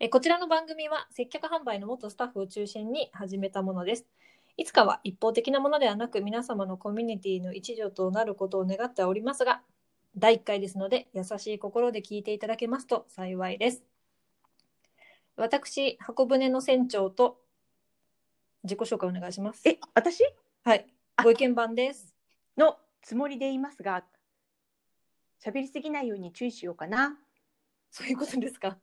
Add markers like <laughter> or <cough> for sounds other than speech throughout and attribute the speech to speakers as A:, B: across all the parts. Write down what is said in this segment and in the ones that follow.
A: えこちらの番組は接客販売の元スタッフを中心に始めたものです。いつかは一方的なものではなく皆様のコミュニティの一助となることを願っておりますが、第1回ですので優しい心で聞いていただけますと幸いです。私、箱舟の船長と自己紹介お願いします。
B: え、私
A: はい、
B: あ
A: ご意見番です。
B: のつもりでいますが、喋りすぎないように注意しようかな。
A: そういうことですか。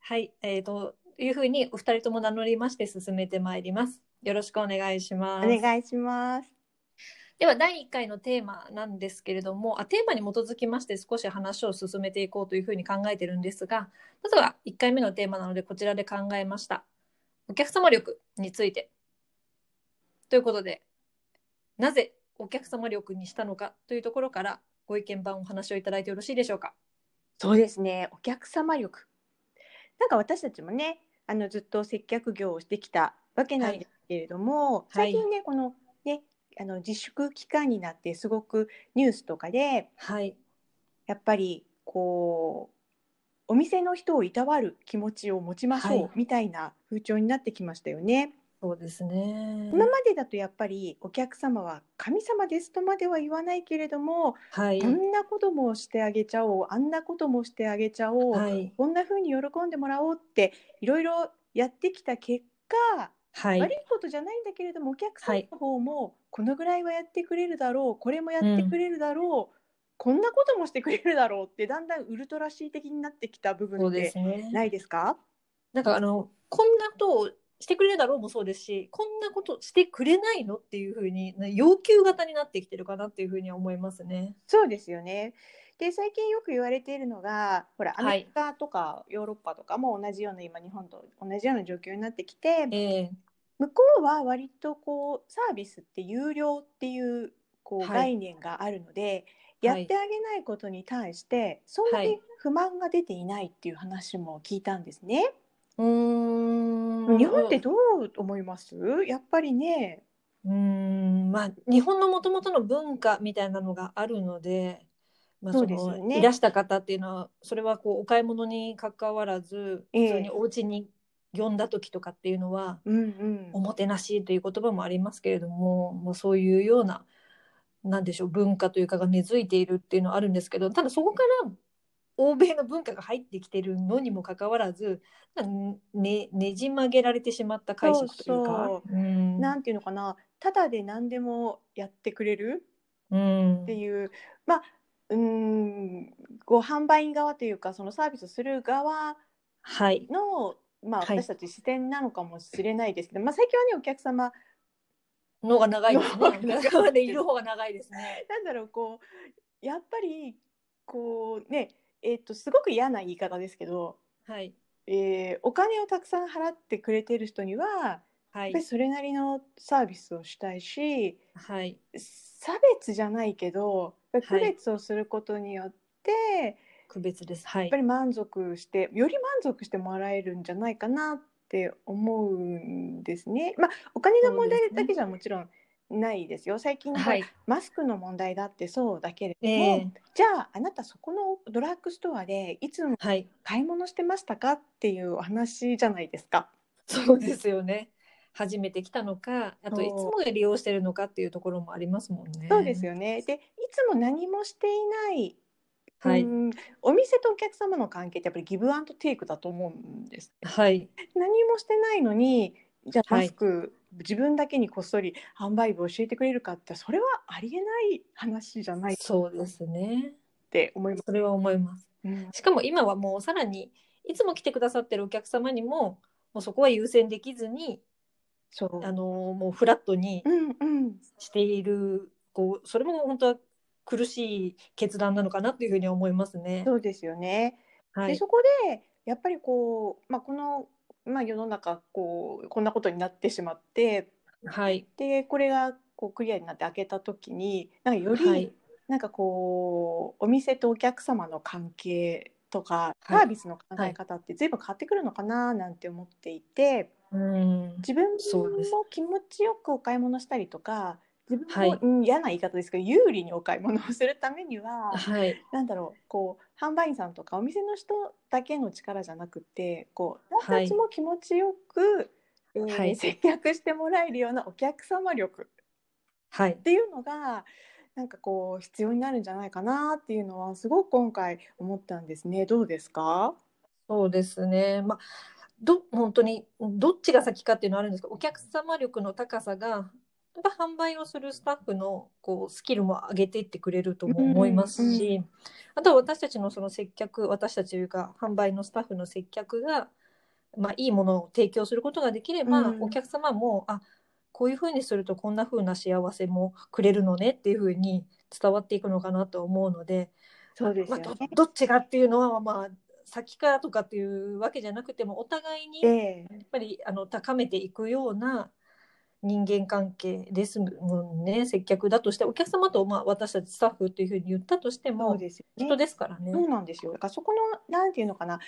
A: はい、えー、というふうにお二人とも名乗りまして進めてまいります。よろしくお願いし
B: お
A: ます。
B: 願いします。
A: では第1回のテーマなんですけれどもあテーマに基づきまして少し話を進めていこうというふうに考えてるんですがまずは1回目のテーマなのでこちらで考えましたお客様力についてということでなぜお客様力にしたのかというところからご意見番お話をいただいてよろしいでしょうか
B: そうですね、お客様力。なんか私たちもね、あのずっと接客業をしてきたわけなんですけれども、
A: はい
B: 最近ね、このね、あの自粛期間になってすごくニュースとかで、
A: はい
B: やっぱりこう、お店の人をいたわる気持ちを持ちましょう、
A: はい
B: みたいな風潮になってきましたよね。
A: そうですね
B: 今までだとやっぱりお客様は神様ですとまでは言わないけれども、
A: はい
B: こんなこともしてあげちゃおうあんなこともしてあげちゃおう、
A: はい
B: こんな風に喜んでもらおうっていろいろやってきた結果、
A: はい
B: 悪いことじゃないんだけれどもお客
A: は
B: 様
A: い
B: の方もこのぐらいはやってくれるだろうこれもやってくれるだろう、こんなこともしてくれるだろうってだんだんウルトラシー的になってきた部
A: そう
B: 分
A: で
B: です
A: ね
B: ないですか
A: なんかあのこんなことをしてくれるだろうもそうですしこんなことしてくれないのっていうふうにね要求型になってきてるかなっていうふうには思いますね。
B: そうですよね。で最近よく言われているのがほらア
A: はい
B: メリカとかヨーロッパとかも同じような、今日本と同じような状況になってきて
A: ええ
B: 向こうは割とこうサービスって有料っていうこう
A: はい
B: 概念があるので、やっ
A: はい
B: てあげないことに対してそんなに不満が出ていないっていう話も聞いたんですね。
A: うーん
B: 日本ってどう思いますやっぱりね
A: うーんまあ日本のもともとの文化みたいなのがあるので、まあ、
B: そ
A: そう
B: ですよ
A: の
B: ね
A: いらした方っていうのはそれはこうお買い物にかかわらず
B: ええ
A: 普通にお家に呼んだ時とかっていうのは、
B: うんう
A: お
B: ん、
A: もてなしという言葉もありますけれどももうそういうようななんでしょう文化というかが根付いているっていうのはあるんですけどただそこから欧米の文化が入ってきてるのにもかかわらず、なんね、ねじ曲げられてしまった解釈というか。
B: そう
A: うん
B: なんていうのかなただで何でもやってくれる
A: うん
B: っていうまあうーんこう販売員側というかそのサービスをする側
A: はい
B: の、まあ、
A: はい
B: 私たち視点なのかもしれないですけど、まあ、最近はねお客様
A: のが長いです
B: <laughs>
A: ね。
B: のが長い
A: お客様でいる方が長いですね。
B: なんだろうこうやっぱりこうねえっとすごく嫌な言い方ですけど、
A: はい
B: えーお金をたくさん払ってくれてる人には
A: は
B: やっ
A: い
B: ぱりそれなりのサービスをしたいし
A: はい
B: 差別じゃないけど区別をすることによって、
A: 区別です。は
B: やっ
A: い
B: ぱり満足してより満足してもらえるんじゃないかなって思うんですね。まあ、お金の問題
A: そうですね
B: だけじゃもちろんないですよ。最近の
A: はい
B: マスクの問題だってそうだけれど
A: え
B: も、
A: え
B: じゃああなたそこのドラッグストアでいつも
A: はい
B: 買い物してましたかっていうお話じゃないですか。
A: そうですよね。初めて来たのか、あと
B: そう
A: いつも利用してるのかっていうところもありますもんね。
B: そうですよね。でいつも何もしていない、
A: はい、
B: うんお店とお客様の関係ってやっぱりギブアンドテイクだと思うんです
A: はい、
B: 何もしてないのにじゃあ
A: は
B: マ
A: い
B: スク、自分だけにこっそり販売部を教えてくれるかってそれはありえない話じゃないっ
A: そうですね。
B: て思います。
A: それは思います。
B: うん
A: しかも今はもうさらにいつも来てくださってるお客様にも、もうそこは優先できずに、
B: そう
A: あのもうフラットに
B: うんうん、
A: している、こうそれも本当は苦しい決断なのかなというふうに思いますね。
B: そうですよね。
A: は
B: で
A: い、
B: そこでやっぱりこう、まあ、この、まあ、世の中こうこんなことになってしまって
A: はい、
B: でこれがこうクリアになって開けた時になんかより、
A: はい、
B: なんかこうお店とお客様の関係とかサ
A: はい
B: ービスの考え方って随分変わってくるのかななんて思っていて、
A: うん、
B: 自分
A: そうです
B: も気持ちよくお買い物したりとか自分
A: はい
B: も、うん嫌な言い方ですけど有利にお買い物をするためには
A: はい。
B: なんだろうこう販売員さんとかお店の人だけの力じゃなくてこう
A: は
B: 私
A: い
B: たちも気持ちよく、えー
A: はい
B: 接客してもらえるようなお客様力
A: はい
B: っ。ていうのがなんかこう必要になるんじゃないかなっていうのはすごく今回思ったんですねどうですか
A: そうですね。まあ、ど、本当に、どっちが先かっていうのはあるんですけど、お客様力の高さが、やっぱ販売をするスタッフのこうスキルも上げていってくれるとも思いますし、あとは私たちのその接客、私たちというか、販売のスタッフの接客が、まあ、いいものを提供することができれば、
B: うん
A: お客様も、あ、こういうふうにするとこんなふうな幸せもくれるのねっていうふうに伝わっていくのかなと思うので、
B: そうで
A: まあ、どどっちがっていうのは、まあ、先かとかっていうわけじゃなくてもお互いにやっ
B: ええ
A: ぱりあの高めていくような人間関係ですもんね接客だとしてお客様と、まあ、私たちスタッフというふうに言ったとして
B: そう
A: も
B: ですよね
A: 人ですからね。
B: そうなんですよ。だからそこのなんていうのかな、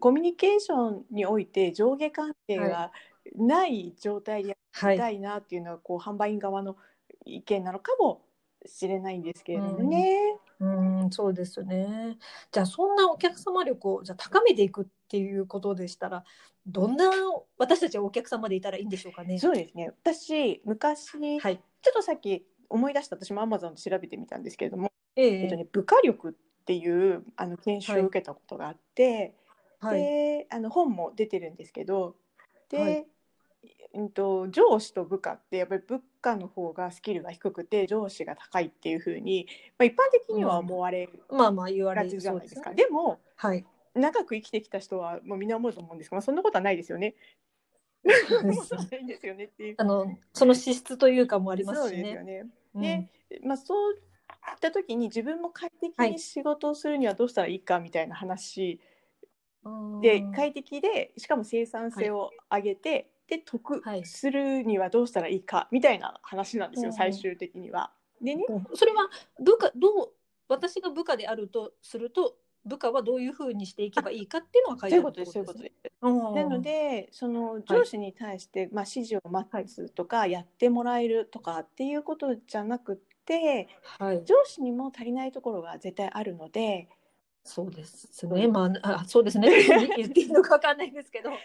B: コミュニケーションにおいて上下関係がない状態でや
A: は
B: りた
A: い、
B: いなっていうのはこう販売員側の意見なのかもしれないんですけれどもね。
A: うんそうですねじゃあそんなお客様力をじゃあ高めていくっていうことでしたらどんな私たちはお客様でいたらいいんでしょうかね。
B: そうですね。私昔、
A: はい、
B: ちょっとさっき思い出した私も Amazon で調べてみたんですけれども、
A: え
B: えっと
A: え
B: ね部下力っていうあの研修を受けたことがあって、
A: はい、
B: であの本も出てるんですけどで、
A: はい
B: うん、と上司と部下ってやっぱり部下の方がスキルが低くて上司が高いっていうふうに、まあ、一般的には思われ
A: まあまあ言わ
B: が
A: れ
B: ちじゃ
A: そう
B: ない
A: で
B: ですす
A: ね
B: か。でも <laughs>
A: はい。
B: 長く生きてきた人はもうみんな思うと思うんですけど、まあ、そんなことはないですよね。
A: そうで
B: そんな
A: す
B: こと
A: ね
B: ないですよねっていう。
A: あのその資質というかもありま
B: そう
A: すし
B: ですよ
A: ね。
B: ね。
A: うん
B: ねまあ、そういった時に自分も快適に仕事をするにはどうしたらいいかみたいな話、で
A: うん
B: 快適でしかも生産性を上げて、で得
A: はい
B: するにはどうしたらいいかみたいな話なんですよ、
A: うん
B: 最終的には。でね
A: それは部下どう私が部下であるとすると部下はどういうふうにしていけばいいかっていうのは書
B: そ
A: いうて
B: い
A: あ
B: う
A: るって
B: ことですそういうこと
A: ね。
B: です。
A: うん
B: なのでその上司に対して、まあ、指示を待つとか、やってもらえるとかっていうことじゃなくって
A: はい、
B: 上司にも足りないところが絶対あるので、
A: そうですね。まあ、あそうですね。言っていいのかわかんないです
B: <laughs>
A: けど。はい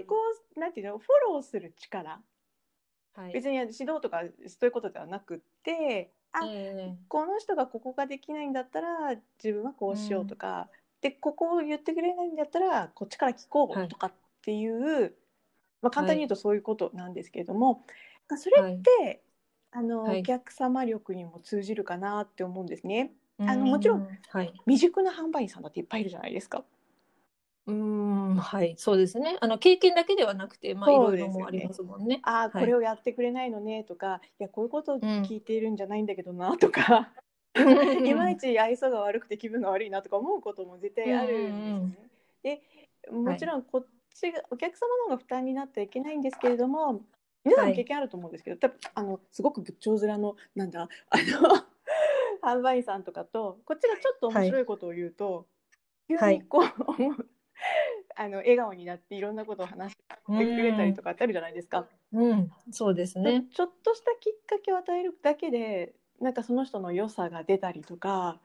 B: そこをなんていうのフォローする力
A: はい。
B: 別に指導とかそういうことではなくってあ、
A: え
B: この人がここができないんだったら自分はこうしようとか、でここを言ってくれないんだったらこっちから聞こ
A: はいう
B: とかっていう、まあ、簡単に言うとそういうことなんですけれども、それって、あの
A: はい
B: お客様力にも通じるかなって思うんですね。
A: ー
B: あのもちろん。
A: うはい。
B: 未熟な販売員さんだっていっぱいいるじゃないですか。
A: うん、はい、そうですね。あの経験だけではなくて、まあ、い
B: そう
A: ろい
B: ですよ
A: ろ
B: ね
A: もありますもんね。
B: あ
A: は
B: あ
A: い
B: これをやってくれないのねとか、い、やこういうことを聞いているんじゃないんだけどなとか、いまいち愛想が悪くて気分が悪いなとか思うことも絶対あるんですよね。でもちろんこっちがお客様の方が負担になってはいけないんですけれども皆さんも経験あると思うんですけど、多分あのすごく仏頂面のなんだあの販売員さんとかとこっちがちょっと面白いことを言うと、
A: はい
B: 急にこう、あの笑顔になっていろんなことを話してくれたりとかってあるじゃないですか。
A: うん、そうですね。
B: ちょっとしたきっかけを与えるだけでなんかその人の良さが出たりとか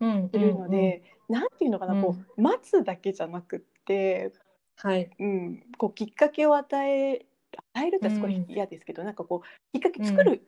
A: うん
B: するの
A: うんうん
B: で、なんていうのかな、こう待つだけじゃなくって、
A: はい、
B: うん、こうきっかけを与え与えるってすごい
A: うん
B: 嫌ですけど、なんかこうきっかけ作る、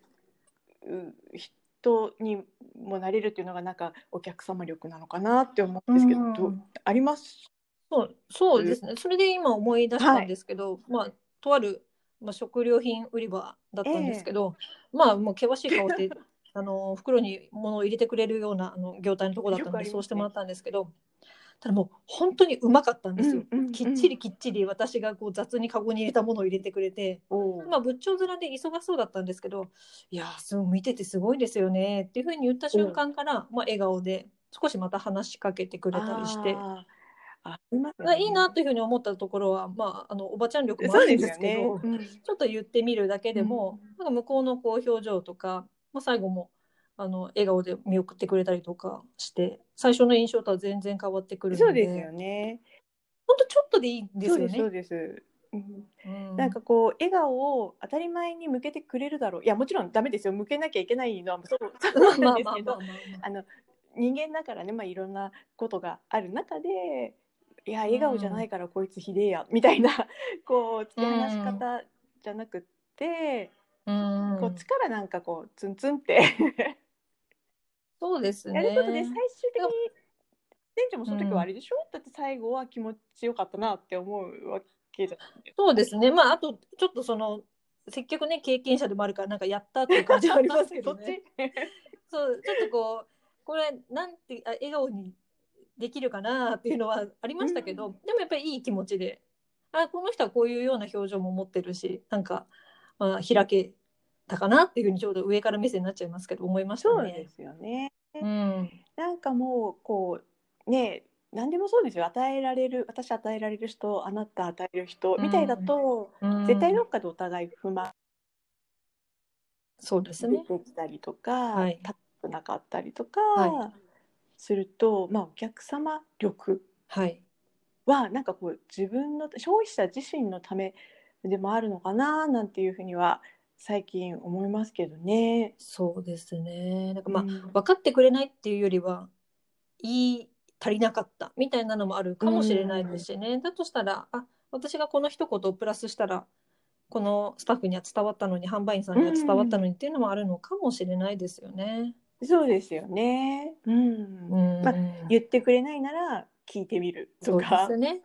B: う人にもなれるっていうのがなんかお客様力なのかなって思うんですけど、どう
A: うん
B: あります
A: そうそうですねそれで今思い出したんですけど、まあとある、まあ、食料品売り場だったんですけど、まあもう険しい顔して <laughs> あの袋に物を入れてくれるようなあの業態のとこだった
B: よ
A: の
B: くあ
A: で、
B: りますね
A: そうしてもらったんですけどただもう本当にうまかったんですよ。
B: うんうんうん
A: きっちりきっちり私がこう雑にカゴに入れたものを入れてくれて、
B: おう
A: まあ、仏頂面で忙しそうだったんですけど「いやーすごい見ててすごいですよね」っていうふうに言った瞬間から、まあ、笑顔で少しまた話しかけてくれたりして
B: あーありますよ
A: が
B: ね
A: いいなというふうに思ったところは、まあ、あのおばちゃん力もあ
B: そう
A: る
B: で
A: ん
B: す
A: で
B: よ
A: すけ
B: ね。
A: ど、
B: うん
A: ちょっと言ってみるだけでも、
B: う
A: なんか向こうのこう表情とか、まあ、最後もあの笑顔で見送ってくれたりとかして最初の印象とは全然変わってくるので
B: そうですよね。
A: ほんとちょっとでいいんです
B: そう
A: よ
B: ですそ
A: ね
B: う。です。うん
A: うん
B: なんかこう笑顔を当たり前に向けてくれるだろういやもちろんダメですよ向けなきゃいけないのはそうそ
A: <laughs>
B: う
A: まあ
B: なんです
A: まあ
B: け
A: まあ
B: ど
A: ま
B: あの人間だからね、まあ、いろんなことがある中でいや笑顔じゃないからこいつひでえや、みたいな <laughs> こう突き放し方じゃなくって、
A: あ、う
B: こ
A: ん
B: っちからなんかこうツンツンって <laughs>
A: そうですね
B: やることで最終的に店長もその時はあれでしょ、だって最後は気持ちよかったなって思うわけじゃないですか。
A: そうですねまああとちょっとその接客ね経験者でもあるからなんかやったっていう感じ <laughs> はあります
B: <laughs>
A: けど
B: そっ
A: ね
B: ち
A: そうちょっとこうこれなんてあ笑顔にできるかなっていうのはありましたけど、
B: うん
A: でもやっぱりいい気持ちであこの人はこういうような表情も持ってるしなんか、まあ、開けたかなっていうふうにちょうど上から目線になっちゃいますけど思いましたね。
B: <laughs> そうですよね。
A: うん
B: なんかもうこうね何でもそうですよ与えられる私与えられる人あなた与える人
A: うん
B: みたいだと、
A: うん
B: 絶対どっかでお互い不満
A: そうです
B: 出
A: ね。
B: てきたりとか、
A: はい
B: 高くなかったりとか、
A: は
B: すると、まあ、お客様力
A: はい。
B: はなんかこう自分の消費者自身のためでもあるのかななんていうふうには最近思いますけどね。
A: そうですね。なんかまあ、
B: うん
A: 分かってくれないっていうよりは言い足りなかったみたいなのもあるかもしれないですしね、だとしたらあ私がこの一言をプラスしたらこのスタッフには伝わったのに販売員さんには伝わったのにっていうのもあるのかもしれないですよね。
B: そうですよね、うん
A: うん
B: まあ言ってくれないなら聞いてみる
A: そ
B: と
A: うで
B: か
A: すね。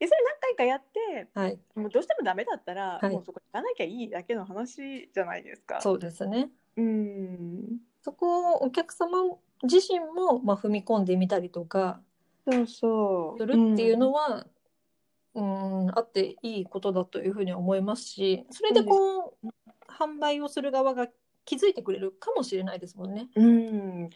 B: でそれ何回かやって
A: はい、
B: もうどうしてもダメだったら、
A: はい
B: もうそこ行かなきゃいいだけの話じゃないですか。
A: そうですね。
B: うん
A: そこをお客様自身もまあ踏み込んでみたりとか
B: そうそう。
A: するっていうの
B: は、
A: は、うん、あっていいことだというふうに思いますしそれでこう販売をする側が気づいてくれるかもしれないですもんね。
B: うん、っ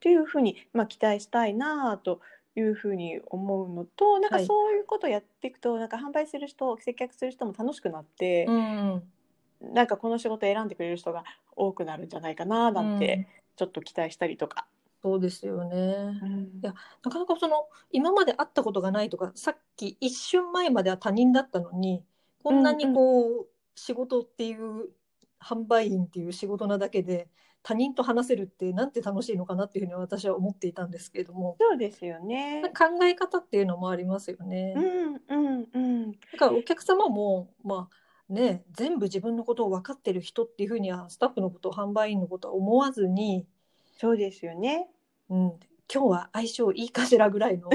B: ていうふうに、まあ、期待したいなというふうに思うのとなんか
A: はい
B: そういうことをやっていくと、なんか販売する人接客する人も楽しくなって、
A: ん、
B: なんかこの仕事選んでくれる人が多くなるんじゃないかななん
A: う
B: て
A: ん
B: ちょっと期待したりとか。
A: そうですよね
B: う。ん
A: いやなかなかその今まで会ったことがないとかさっき一瞬前までは他人だったのにこんなにこう、仕事っていう販売員っていう仕事なだけで他人と話せるってなんて楽しいのかなっていうふうに私は思っていたんですけれども
B: そうですよね。
A: 考え方っていうのもありますよね。
B: うんうんうん。
A: だからお客様も、まあね、全部自分のことを分かってる人っていうふうにはスタッフのこと販売員のことは思わずに、
B: そうですよね。
A: うん、今日は相性いいかしらぐらい
B: <laughs>
A: の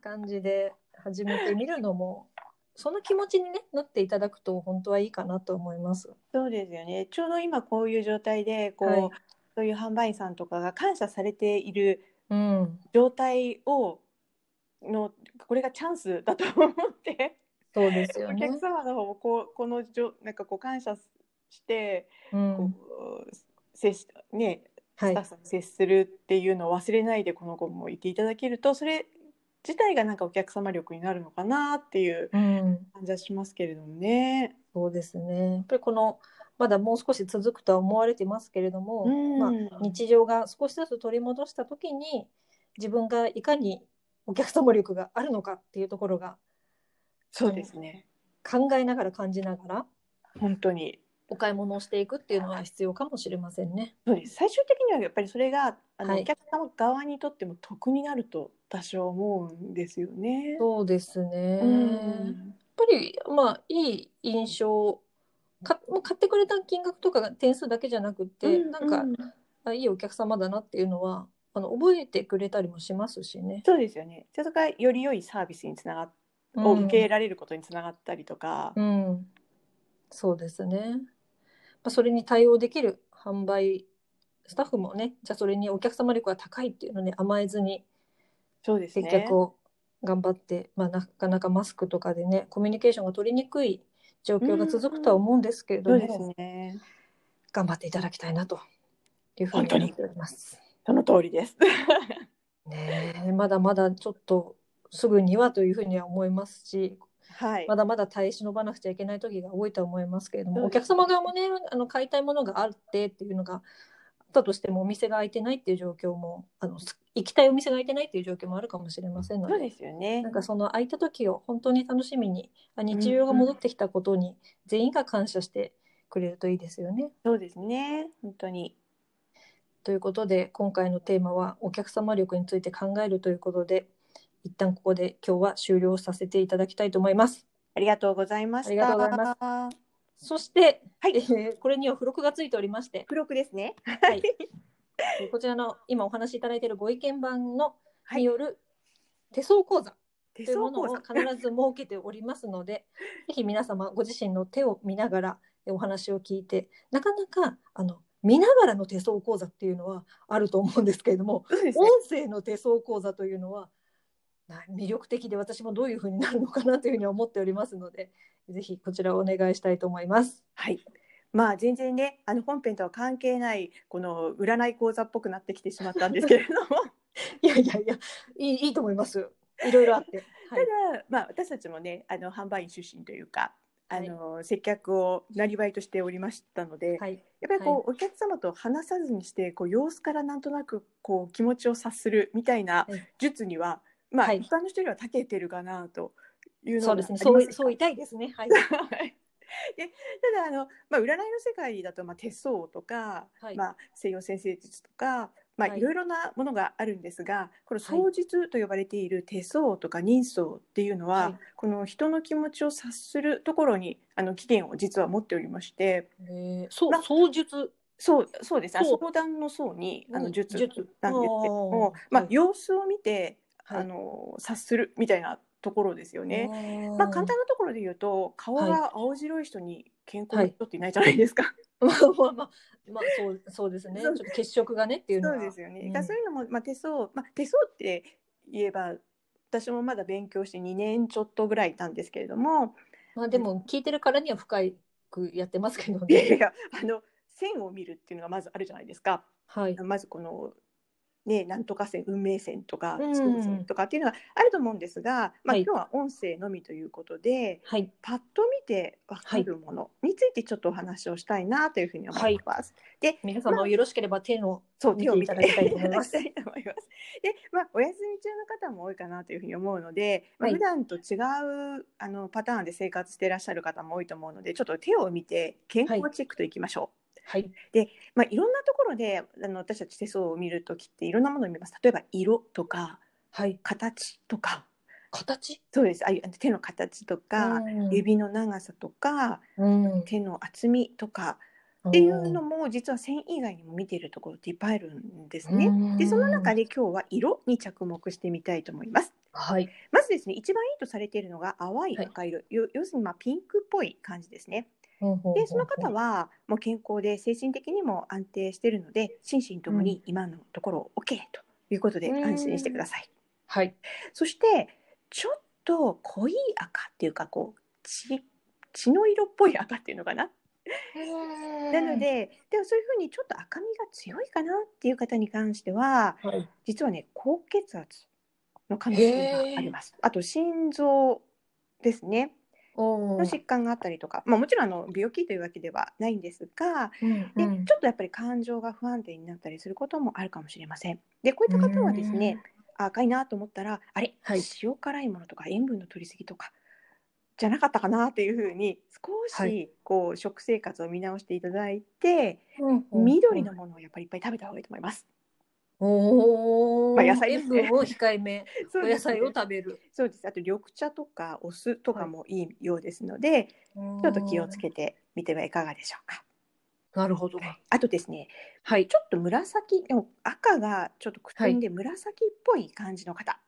A: 感じで始めてみるのもその気持ちに、ね、なっていただくと本当はいいかなと思います。
B: そうですよね。ちょうど今こういう状態で、こう、
A: はい
B: そういう販売員さんとかが感謝されている
A: うん、
B: 状態を、の、これがチャンスだと思って、
A: そうですよ
B: お
A: ね
B: 客。様の方もこう、このじょ、なんかこう感謝して、
A: う
B: こう、
A: ん、
B: 接し、ね、
A: は
B: スタッ
A: い
B: フ、さんに接するっていうのを忘れないで、この子もいていただけると、それ自体がなんかお客様力になるのかなっていう
A: うん、
B: 感じはしますけれどもね。
A: そうですね。やっぱりこのまだもう少し続くとは思われてますけれども、
B: うん
A: まあ日常が少しずつ取り戻した時に自分がいかにお客様力があるのかっていうところが
B: そうですね。
A: 考えながら感じながら
B: 本当に。
A: お買い物をしていくっていうのは必要かもしれませんね。
B: そうです最終的にはやっぱりそれがあの、
A: はい
B: お客様側にとっても得になると私は思うんですよね。
A: そうですね。
B: う
A: やっ
B: ん
A: ぱりまあいい印象かもう買ってくれた金額とかが点数だけじゃなくて、
B: うん
A: なんか、
B: うん
A: あいいお客様だなっていうのはあの覚えてくれたりもしますしね。
B: そうですよね。それがより良いサービスにつながっを受け入れられることにつながったりとか、
A: うん、そうですね。まあ、それに対応できる販売スタッフもね、じゃあそれにお客様力が高いっていうのね、甘えずに
B: そうです
A: 接
B: ね。
A: 客を頑張って、まあなかなかマスクとかでね、コミュニケーションが取りにくい状況が続くとは思うんですけれど
B: そ
A: も、
B: うですね。
A: 頑張っていただきたいなというふうに思っております。
B: その通りです。
A: ねえ、まだまだちょっとすぐにはというふうには思いますし、
B: <laughs> はい。
A: まだまだ耐え忍ばなくちゃいけない時が多いと思いますけれども、
B: そう
A: お
B: です
A: 客様側もね、あの買いたいものがあってっていうのが、ったとしてもお店が開いてないっていう状況もあのす行きたいお店が開いてないっていう状況もあるかもしれませんの
B: そう
A: で
B: ですよね
A: なん。かその空いた時を本当に楽しみにあ日常が戻ってきたことに全員が感謝してくれるといいですよね。
B: そうですね。本当に。
A: ということで今回のテーマはお客様力について考えるということで一旦ここで今日は終了させていただきたいと思います。
B: ありがとうございました。
A: ありがとうござい
B: ます。
A: そして、
B: はい
A: えーこれには付録がついておりまして、
B: 黒くですね。
A: はい、えーこちらの今お話しいただいているご意見版の
B: はい
A: による手相講座
B: 手
A: というも
B: 相
A: の
B: 講
A: を
B: 座。
A: 必ず設けておりますの
B: <laughs>
A: で、ぜひ皆様ご自身の手を見ながらえーお話を聞いて、なかなかあの見ながらの手相講座っていうのはあると思うんですけれども、
B: そうです
A: 音
B: ね。
A: 声の手相講座というのはな魅力的で私もどういうふうになるのかなというふうに思っておりますので、ぜひこちらをお願いしたいと思います。
B: はい。まあ全然ね、あの本編とは関係ないこの占い講座っぽくなってきてしまったんですけれど
A: <laughs>
B: も、
A: いやいやいや、いいいいと思いますよ。いろいろあって。はい、
B: ただまあ私たちもね、あの販売員出身というか、あの、接客をなりわいとしておりましたので、
A: はい、
B: やっぱりこう、お客様と話さずにしてこう様子からなんとなくこう気持ちを察するみたいな
A: はい
B: 術には、まあ、
A: はい
B: 一般の人よりは長けてるかなというのが
A: そ
B: あ
A: うで
B: りますす
A: ね。そう、そう痛いですね。はい。
B: <laughs> はいでただあの、まあ、占いの世界だと、まあ、手相とか、
A: はい
B: まあ、西洋先生術とか、まあ
A: はい
B: いろいろなものがあるんですがこの相術と呼ばれている手相とか人相っていうの
A: は
B: は、
A: い
B: この人の気持ちを察するところにあの起源を実は持っておりまして。
A: えー、そう
B: ま、あ
A: 双術。
B: そうそうですね
A: そう
B: 相談の層にあ
A: う
B: の
A: ん
B: 術なんですけ
A: 術
B: ども、
A: あー
B: まあ
A: はい
B: 様子を見て、
A: はい
B: あの察するみたいなところですよね。
A: ね
B: まあ簡単なところで言うと顔
A: は
B: が青白い人に健康な人っていないじゃないですか。
A: <laughs> まあまあまあ、まあ、そう、そうですね。ちょ
B: そ
A: っ
B: う
A: と血色がねっていうの
B: そう
A: は。
B: ですよね。
A: うん
B: だからそういうのも、まあ、手相、まあ、手相って言えば私もまだ勉強して2年ちょっとぐらいいたんですけれども
A: まあ、でも、聞いてるからには深くやってますけど
B: いやい
A: ね。
B: やあの線を見るっていうのがまずあるじゃないですか。
A: はい。
B: まずこのね、なんとか線運命線とか
A: うん
B: 通線とかっていうのがあると思うんですが、
A: は
B: まあ、
A: い
B: 今日は音声のみということで、
A: はい。
B: パッと見てわかるものについてちょっとお話をしたいなというふうに思います。で
A: 皆様もよろしければ、手の。
B: そう
A: 見
B: 手
A: て
B: を
A: い
B: 見
A: た
B: て
A: だきたいと思い
B: いた
A: ま
B: だき
A: す
B: たいと思います。で、まあ、お休み中の方も多いかなというふうに思うので、ま
A: は
B: あ
A: い
B: 普段と違うあのパターンで生活していらっしゃる方も多いと思うのでちょっと手を見て健康チェックといきましょう。
A: はい。
B: まあ、いろんなところであの私たち手相を見るときっていろんなものを見ます例えば色とか
A: はい。
B: 形とか
A: 形。
B: そうですああいう手の形とか、
A: うん
B: 指の長さとか
A: うん。
B: 手の厚みとかっていうのも実は線以外にも見てるところっていっぱいあるんですね。でその中
A: で。
B: で今日は色に着目してみたいと思います。
A: はい。
B: まずですね一番いいとされているのが淡い赤色、よ要するにまあピンクっぽい感じですね。でその方
A: は。
B: はもう健康で精神的にも安定しているので心身ともに今のところ OK ということで
A: うん
B: 安心してください。
A: はい。
B: そしてちょっと濃い赤っていうかこう血血の色っぽい赤っていうのかな、なの。ででもそういうふうにちょっと赤みが強いかなっていう方に関しては
A: はい。
B: 実はね高血圧の可能性があります。あと心臓ですね
A: お
B: の
A: ー
B: 疾患があったりとか、まあ、もちろんあの病気というわけではないんですが
A: うん
B: で、
A: うん
B: ちょっとやっぱり感情が不安定になったりすることもあるかもしれません。でこういった方はですね、あ赤いなと思ったらあれ、
A: はい
B: 塩辛いものとか塩分の取り過ぎとかじゃなかったかなっていうふうに少
A: は
B: しこう食生活を見直していただいて、
A: うんうん
B: 緑のものをやっぱりいっぱい食べた方がいいと思います。
A: おお、
B: まあ野菜です
A: 塩
B: ね
A: 分を控えめ、お野菜を
B: そうです
A: 食べる。
B: そうですあと緑茶とかお酢とかもいいようですので、
A: ち
B: ち
A: ょ
B: ょっと気をつけてみてはいかがでしょうか。
A: なるほど。
B: あとですね
A: はい
B: ち。ょっと紫でも赤がちょっとくつんで紫っぽい感じの方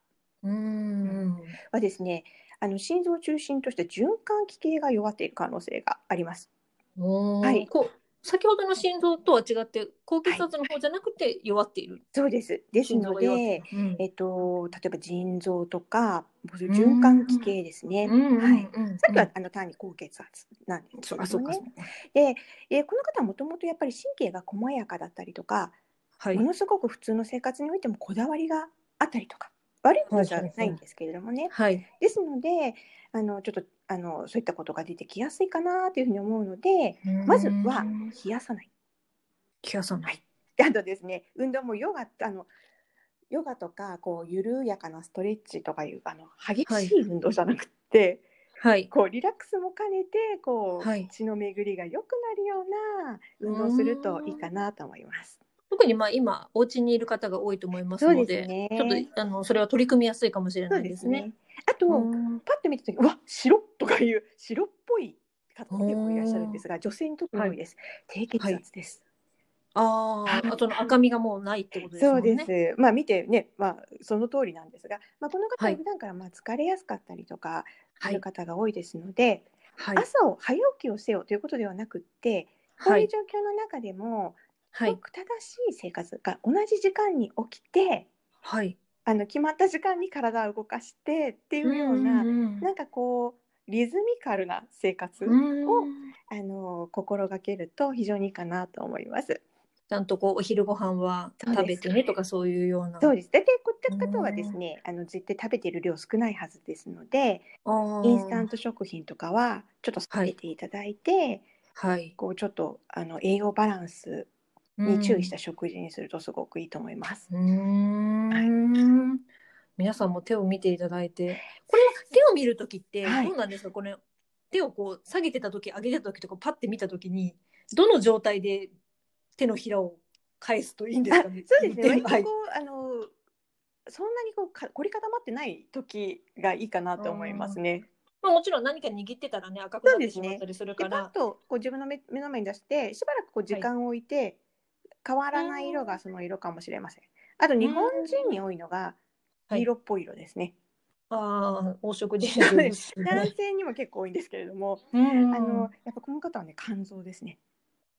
A: うーん。
B: はですね、あの心臓を中心とした循環器系が弱っている可能性があります。
A: おー
B: はい
A: こう先ほどの心臓とは違って高血圧の方じゃなくて弱っている。
B: そうです。です
A: 心臓
B: の
A: が弱ってい
B: で
A: る、。うん
B: えっと例えば腎臓とかそういう循環器系ですね。
A: うんうん
B: はい。
A: うんうん
B: さっきは、あの単に高血圧なんですけ
A: そう
B: ど
A: あそうか
B: ね
A: そう。か。
B: で、えーこの方はもともとやっぱり神経が細やかだったりとか、
A: はい
B: ものすごく普通の生活においてもこだわりがあったりとか悪いことじゃないんですけれどもね、
A: はい
B: ですのであのちょっとあのそういったことが出てきやすいかなというふうに思うのでまずは冷やさない、
A: 気がさな。
B: はいい、であとですね運動もヨガあのヨガとかこう緩やかなストレッチとかいうあの激しい運動じゃなくって、
A: はい。
B: こうリラックスも兼ねてこう、
A: はい
B: 血の巡りが良くなるような運動をするといいかなと思います。
A: 特にまあ今、お家にいる方が多いと思います
B: そう
A: の
B: で
A: で、
B: すね。
A: ちょっとあのそれは取り組みやすいかもしれ
B: そ
A: な
B: う
A: い
B: で
A: ですすね。
B: ね。あと、
A: うん
B: パッと見た時うわ白とかいう白っぽい方も結構いらっしゃるんですが女性にとって多いです、低血圧です、
A: ああ、あとの赤みがもうないってことです
B: そ
A: も
B: うん
A: ね。
B: です、まあ見てねまあその通りなんですが、まあ、この方
A: は
B: はい普段からまあ疲れやすかったりとか
A: は
B: する
A: い。
B: 方が多いですので、
A: はい。
B: 朝を早起きをせよということではなくってこ
A: は
B: ういう
A: い。
B: 状況の中でも、
A: はい。
B: 規則正しい生活が同じ時間に起きて
A: はい。
B: あの決まった時間に体を動かしてっていうような、なんかこうリズミカルな生活、
A: うん
B: をあの心がけると非常にいいかなと思います。
A: ちゃんとこうお昼ご飯は食べてねとかそういうような。
B: そうです。大体こういった方はですね、あの絶対食べてる量少ないはずですので、
A: ああ
B: インスタント食品とかはちょっと避けていただいて、
A: はい。
B: こうちょっとあの栄養バランスに注意した食事にするとすごくいいと思います。
A: うん。うーん皆さんも手を見ていただいて、これは手を見るときって
B: はい
A: どうなんですか、これ手をこう下げてたとき上げてたときとかパッて見たときにどの状態で手のひらを返すといいん
B: <laughs>
A: ですかね。
B: そうですね。
A: 手
B: 割
A: の
B: と
A: はい
B: こうあのそんなにこうか凝り固まってない時がいいかなと思いますね。
A: まあもちろん何か握ってたらね赤くなってしまったりする
B: で
A: か
B: パ
A: ら
B: ッ。とこう自分の目目の前に出してしばらくこう時間を置いて、変わらない色がその色かもしれません。あと日本人に多いのが
A: はい
B: 色っぽい色ですね。
A: ああ、黄色人種ですね。
B: 男性にも結構多いんですけれども、
A: うん
B: あのやっぱこの方はね肝臓ですね。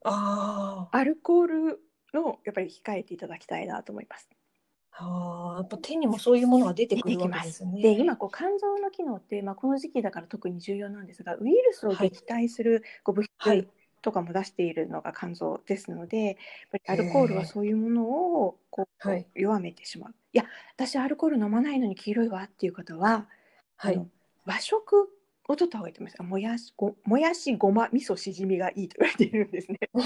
A: あー
B: アルコールのやっぱり控えていただきたいなと思います。
A: あー、やっぱ手にもそういうものが出てくるわけですね。
B: で今こう肝臓の機能って、まあ、この時期だから特に重要なんですがウイルスを撃退するこう物
A: はい
B: 質とかも出しているのが肝臓ですので、やっぱりアルコールはそういうものをこう、
A: はい
B: 弱めてしまう。いや私アルコール飲まないのに黄色いわっていう方は、
A: は
B: あ
A: い。
B: の和食を取った方がいいと思いますあもやしごもやしごま味噌しじみがいいと言われている
A: <laughs>
B: んですね。
A: お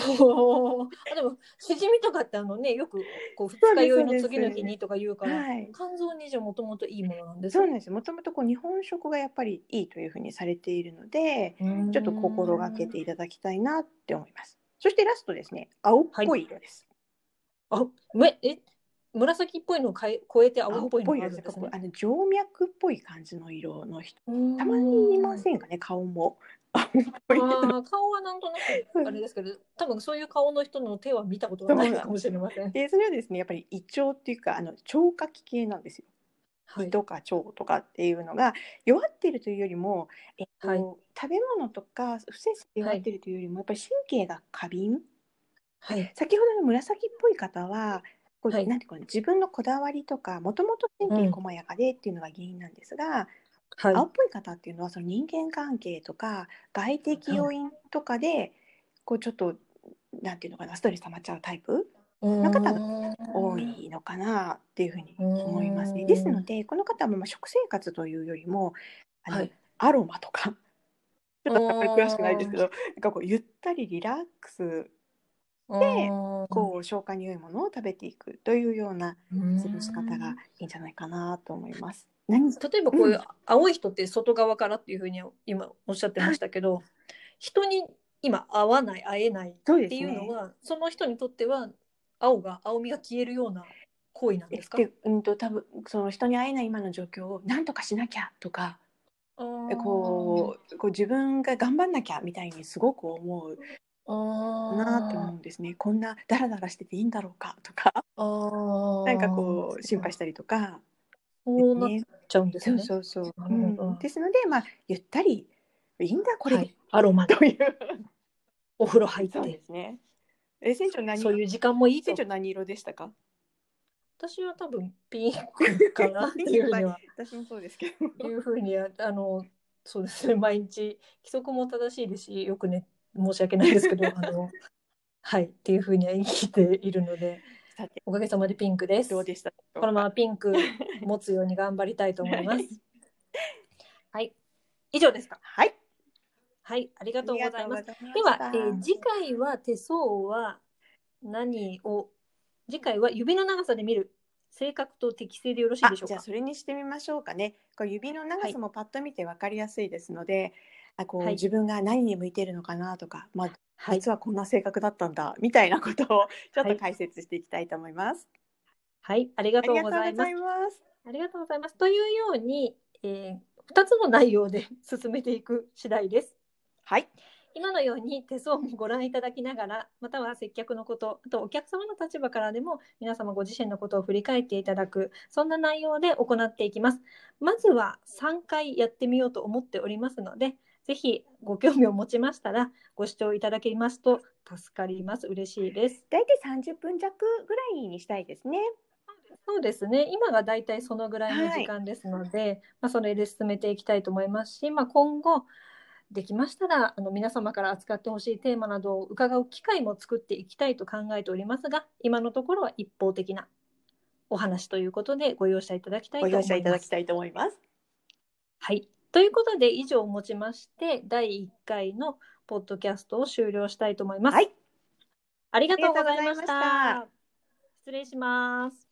A: ーあ、でも、しじみとかって、あのね、よく、こう、二日酔いの次の日にとか言うから。
B: はい
A: 肝臓にじゃ、もともといいものなんです
B: そ
A: ね。
B: うなんですもともとこう日本食がやっぱりいいというふうにされているので、ちょっと心がけ
A: う
B: て
A: ーん。
B: いただきたいなって思います。そしてラストですね、青っぽい色です。
A: あ、め、え、紫っぽいのをかえ、超えて青
B: 青
A: っぽ
B: っぽ
A: いの
B: い
A: があ
B: 色
A: る
B: で
A: ん
B: す。
A: です
B: こ
A: ね
B: う。あの静脈っぽい感じの色の人、
A: た
B: たまにいま
A: ん。
B: せんかね、顔も。青っぽい。
A: あー顔はなんとなくあれですけど、多分そういう顔の人の手は見たことがないかもしれません。
B: で、それはですね、やっぱり胃腸っていうか、あの腸活系なんですよ。
A: はい
B: 胃とか腸とかっていうのが弱ってるというよりも、えっと
A: はい
B: 食べ物とか不摂生で弱ってるというよりも、やっぱり神経が過敏
A: はい。
B: 先ほどの紫っぽい方はこう、
A: はい
B: なんていうかな自分のこだわりとかもともと神経細やかでっていうのが原因なんですが、
A: はい。
B: 青っぽい方っていうのはその人間関係とか外的要因とかで、こうちょっとなんていうのかなストレス溜まっちゃうタイプ
A: の
B: 方が多いのかなっていうふうに思います
A: う
B: ね。
A: ん
B: ですのでこの方もまあ食生活というよりもあの、
A: はい。
B: アロマとか <laughs> ちょっとあんまり詳しくないですけ
A: う
B: どなんかこうゆったりリラックス
A: で
B: こう消化に良いものを食べていくというような
A: うん
B: 過ごし方がいいんじゃないかなと思います。何ぞ
A: 例えばこういう青い人って外側からっていうふうに今おっしゃってましたけど、人に今会わない会えないっ
B: そうで
A: て
B: す
A: いうの
B: ね。
A: はその人にとっては青が青みが消えるような行為なんですか
B: で、うんと多分その人に会えない今の状況を何とかしなきゃとか、こうこう自分が頑張んなきゃみたいにすごく思う
A: うあ
B: なと思うんですね。こんなダラダラしてていいんだろうかとか、
A: あ
B: なんかこう心配したりとか、
A: そうなっちゃうんです
B: そう
A: ね
B: そうそう。
A: な
B: う
A: るほど
B: ん、ですのでまあゆったりいいんだこれ
A: は
B: で、
A: い、アロマで <laughs>
B: という。
A: お風呂入っ
B: そうで
A: て
B: すね。え船長何
A: そういう時間もいいと
B: 船長何色でしたか
A: 私は多分ピンクかなっていうふ <laughs> うには
B: 私もそうですけ
A: <laughs>
B: ど。
A: いうふうにああのそうですね毎日規則も正しいですしよくね申し訳ないです <laughs> けどあのはいっていうふうには生きているので
B: さて
A: おかげさまでピンクです。
B: どう
A: こ
B: でしたでしょうか
A: のままピンク持つように頑張りたいと思 <laughs>
B: <laughs>
A: います。はい以上ですか。
B: はい。
A: はいありがとうございます。
B: ありがとうございま
A: で
B: した
A: は、えー次回は手相は何を次回は指の長さで見る正確と適正でよろしいでしょう
B: じゃあ
A: か
B: それにしてみましょうかねこう指の長さもパッと見て分かりやすいですので、あこう
A: はい
B: 自分が何に向いてるのかなとか、まあ、
A: はい、
B: 実はこんな性格だったんだみたいなことを <laughs> ちょっと解説していきたいと思います。
A: はい、ありがとう
B: あり
A: ござ
B: がとう
A: い
B: ご
A: ま
B: ざ
A: す
B: います。
A: ありがとうございますというように、えー、2つの内容で <laughs> 進めていく次第です
B: はい、
A: 今のように手相もご覧いただきながらまたは接客のことあとお客様の立場からでも皆様ご自身のことを振り返っていただくそんな内容で行っていきますまずは3回やってみようと思っておりますのでぜひご興味を持ちましたらご視聴いただけますと助かります嬉しいです
B: だいたい三十分弱ぐらいにしたいですね。
A: そうですね今がだいたいそのぐらいの時間ですので、まあ、それで進めていきたいと思いますし、まあ、今後できましたらあの皆様から扱ってほしいテーマなどを伺う機会も作っていきたいと考えておりますが今のところは一方的なお話ということでご容赦いただきたいと思
B: ご
A: いま
B: 容
A: す。
B: 赦いただきたいと思います。
A: はい、ということで以上をもちまして第1回のポッドキャストを終了したいと思います。
B: はい、
A: ありがとうございま
B: ありがとう
A: し
B: ございました
A: た失礼します。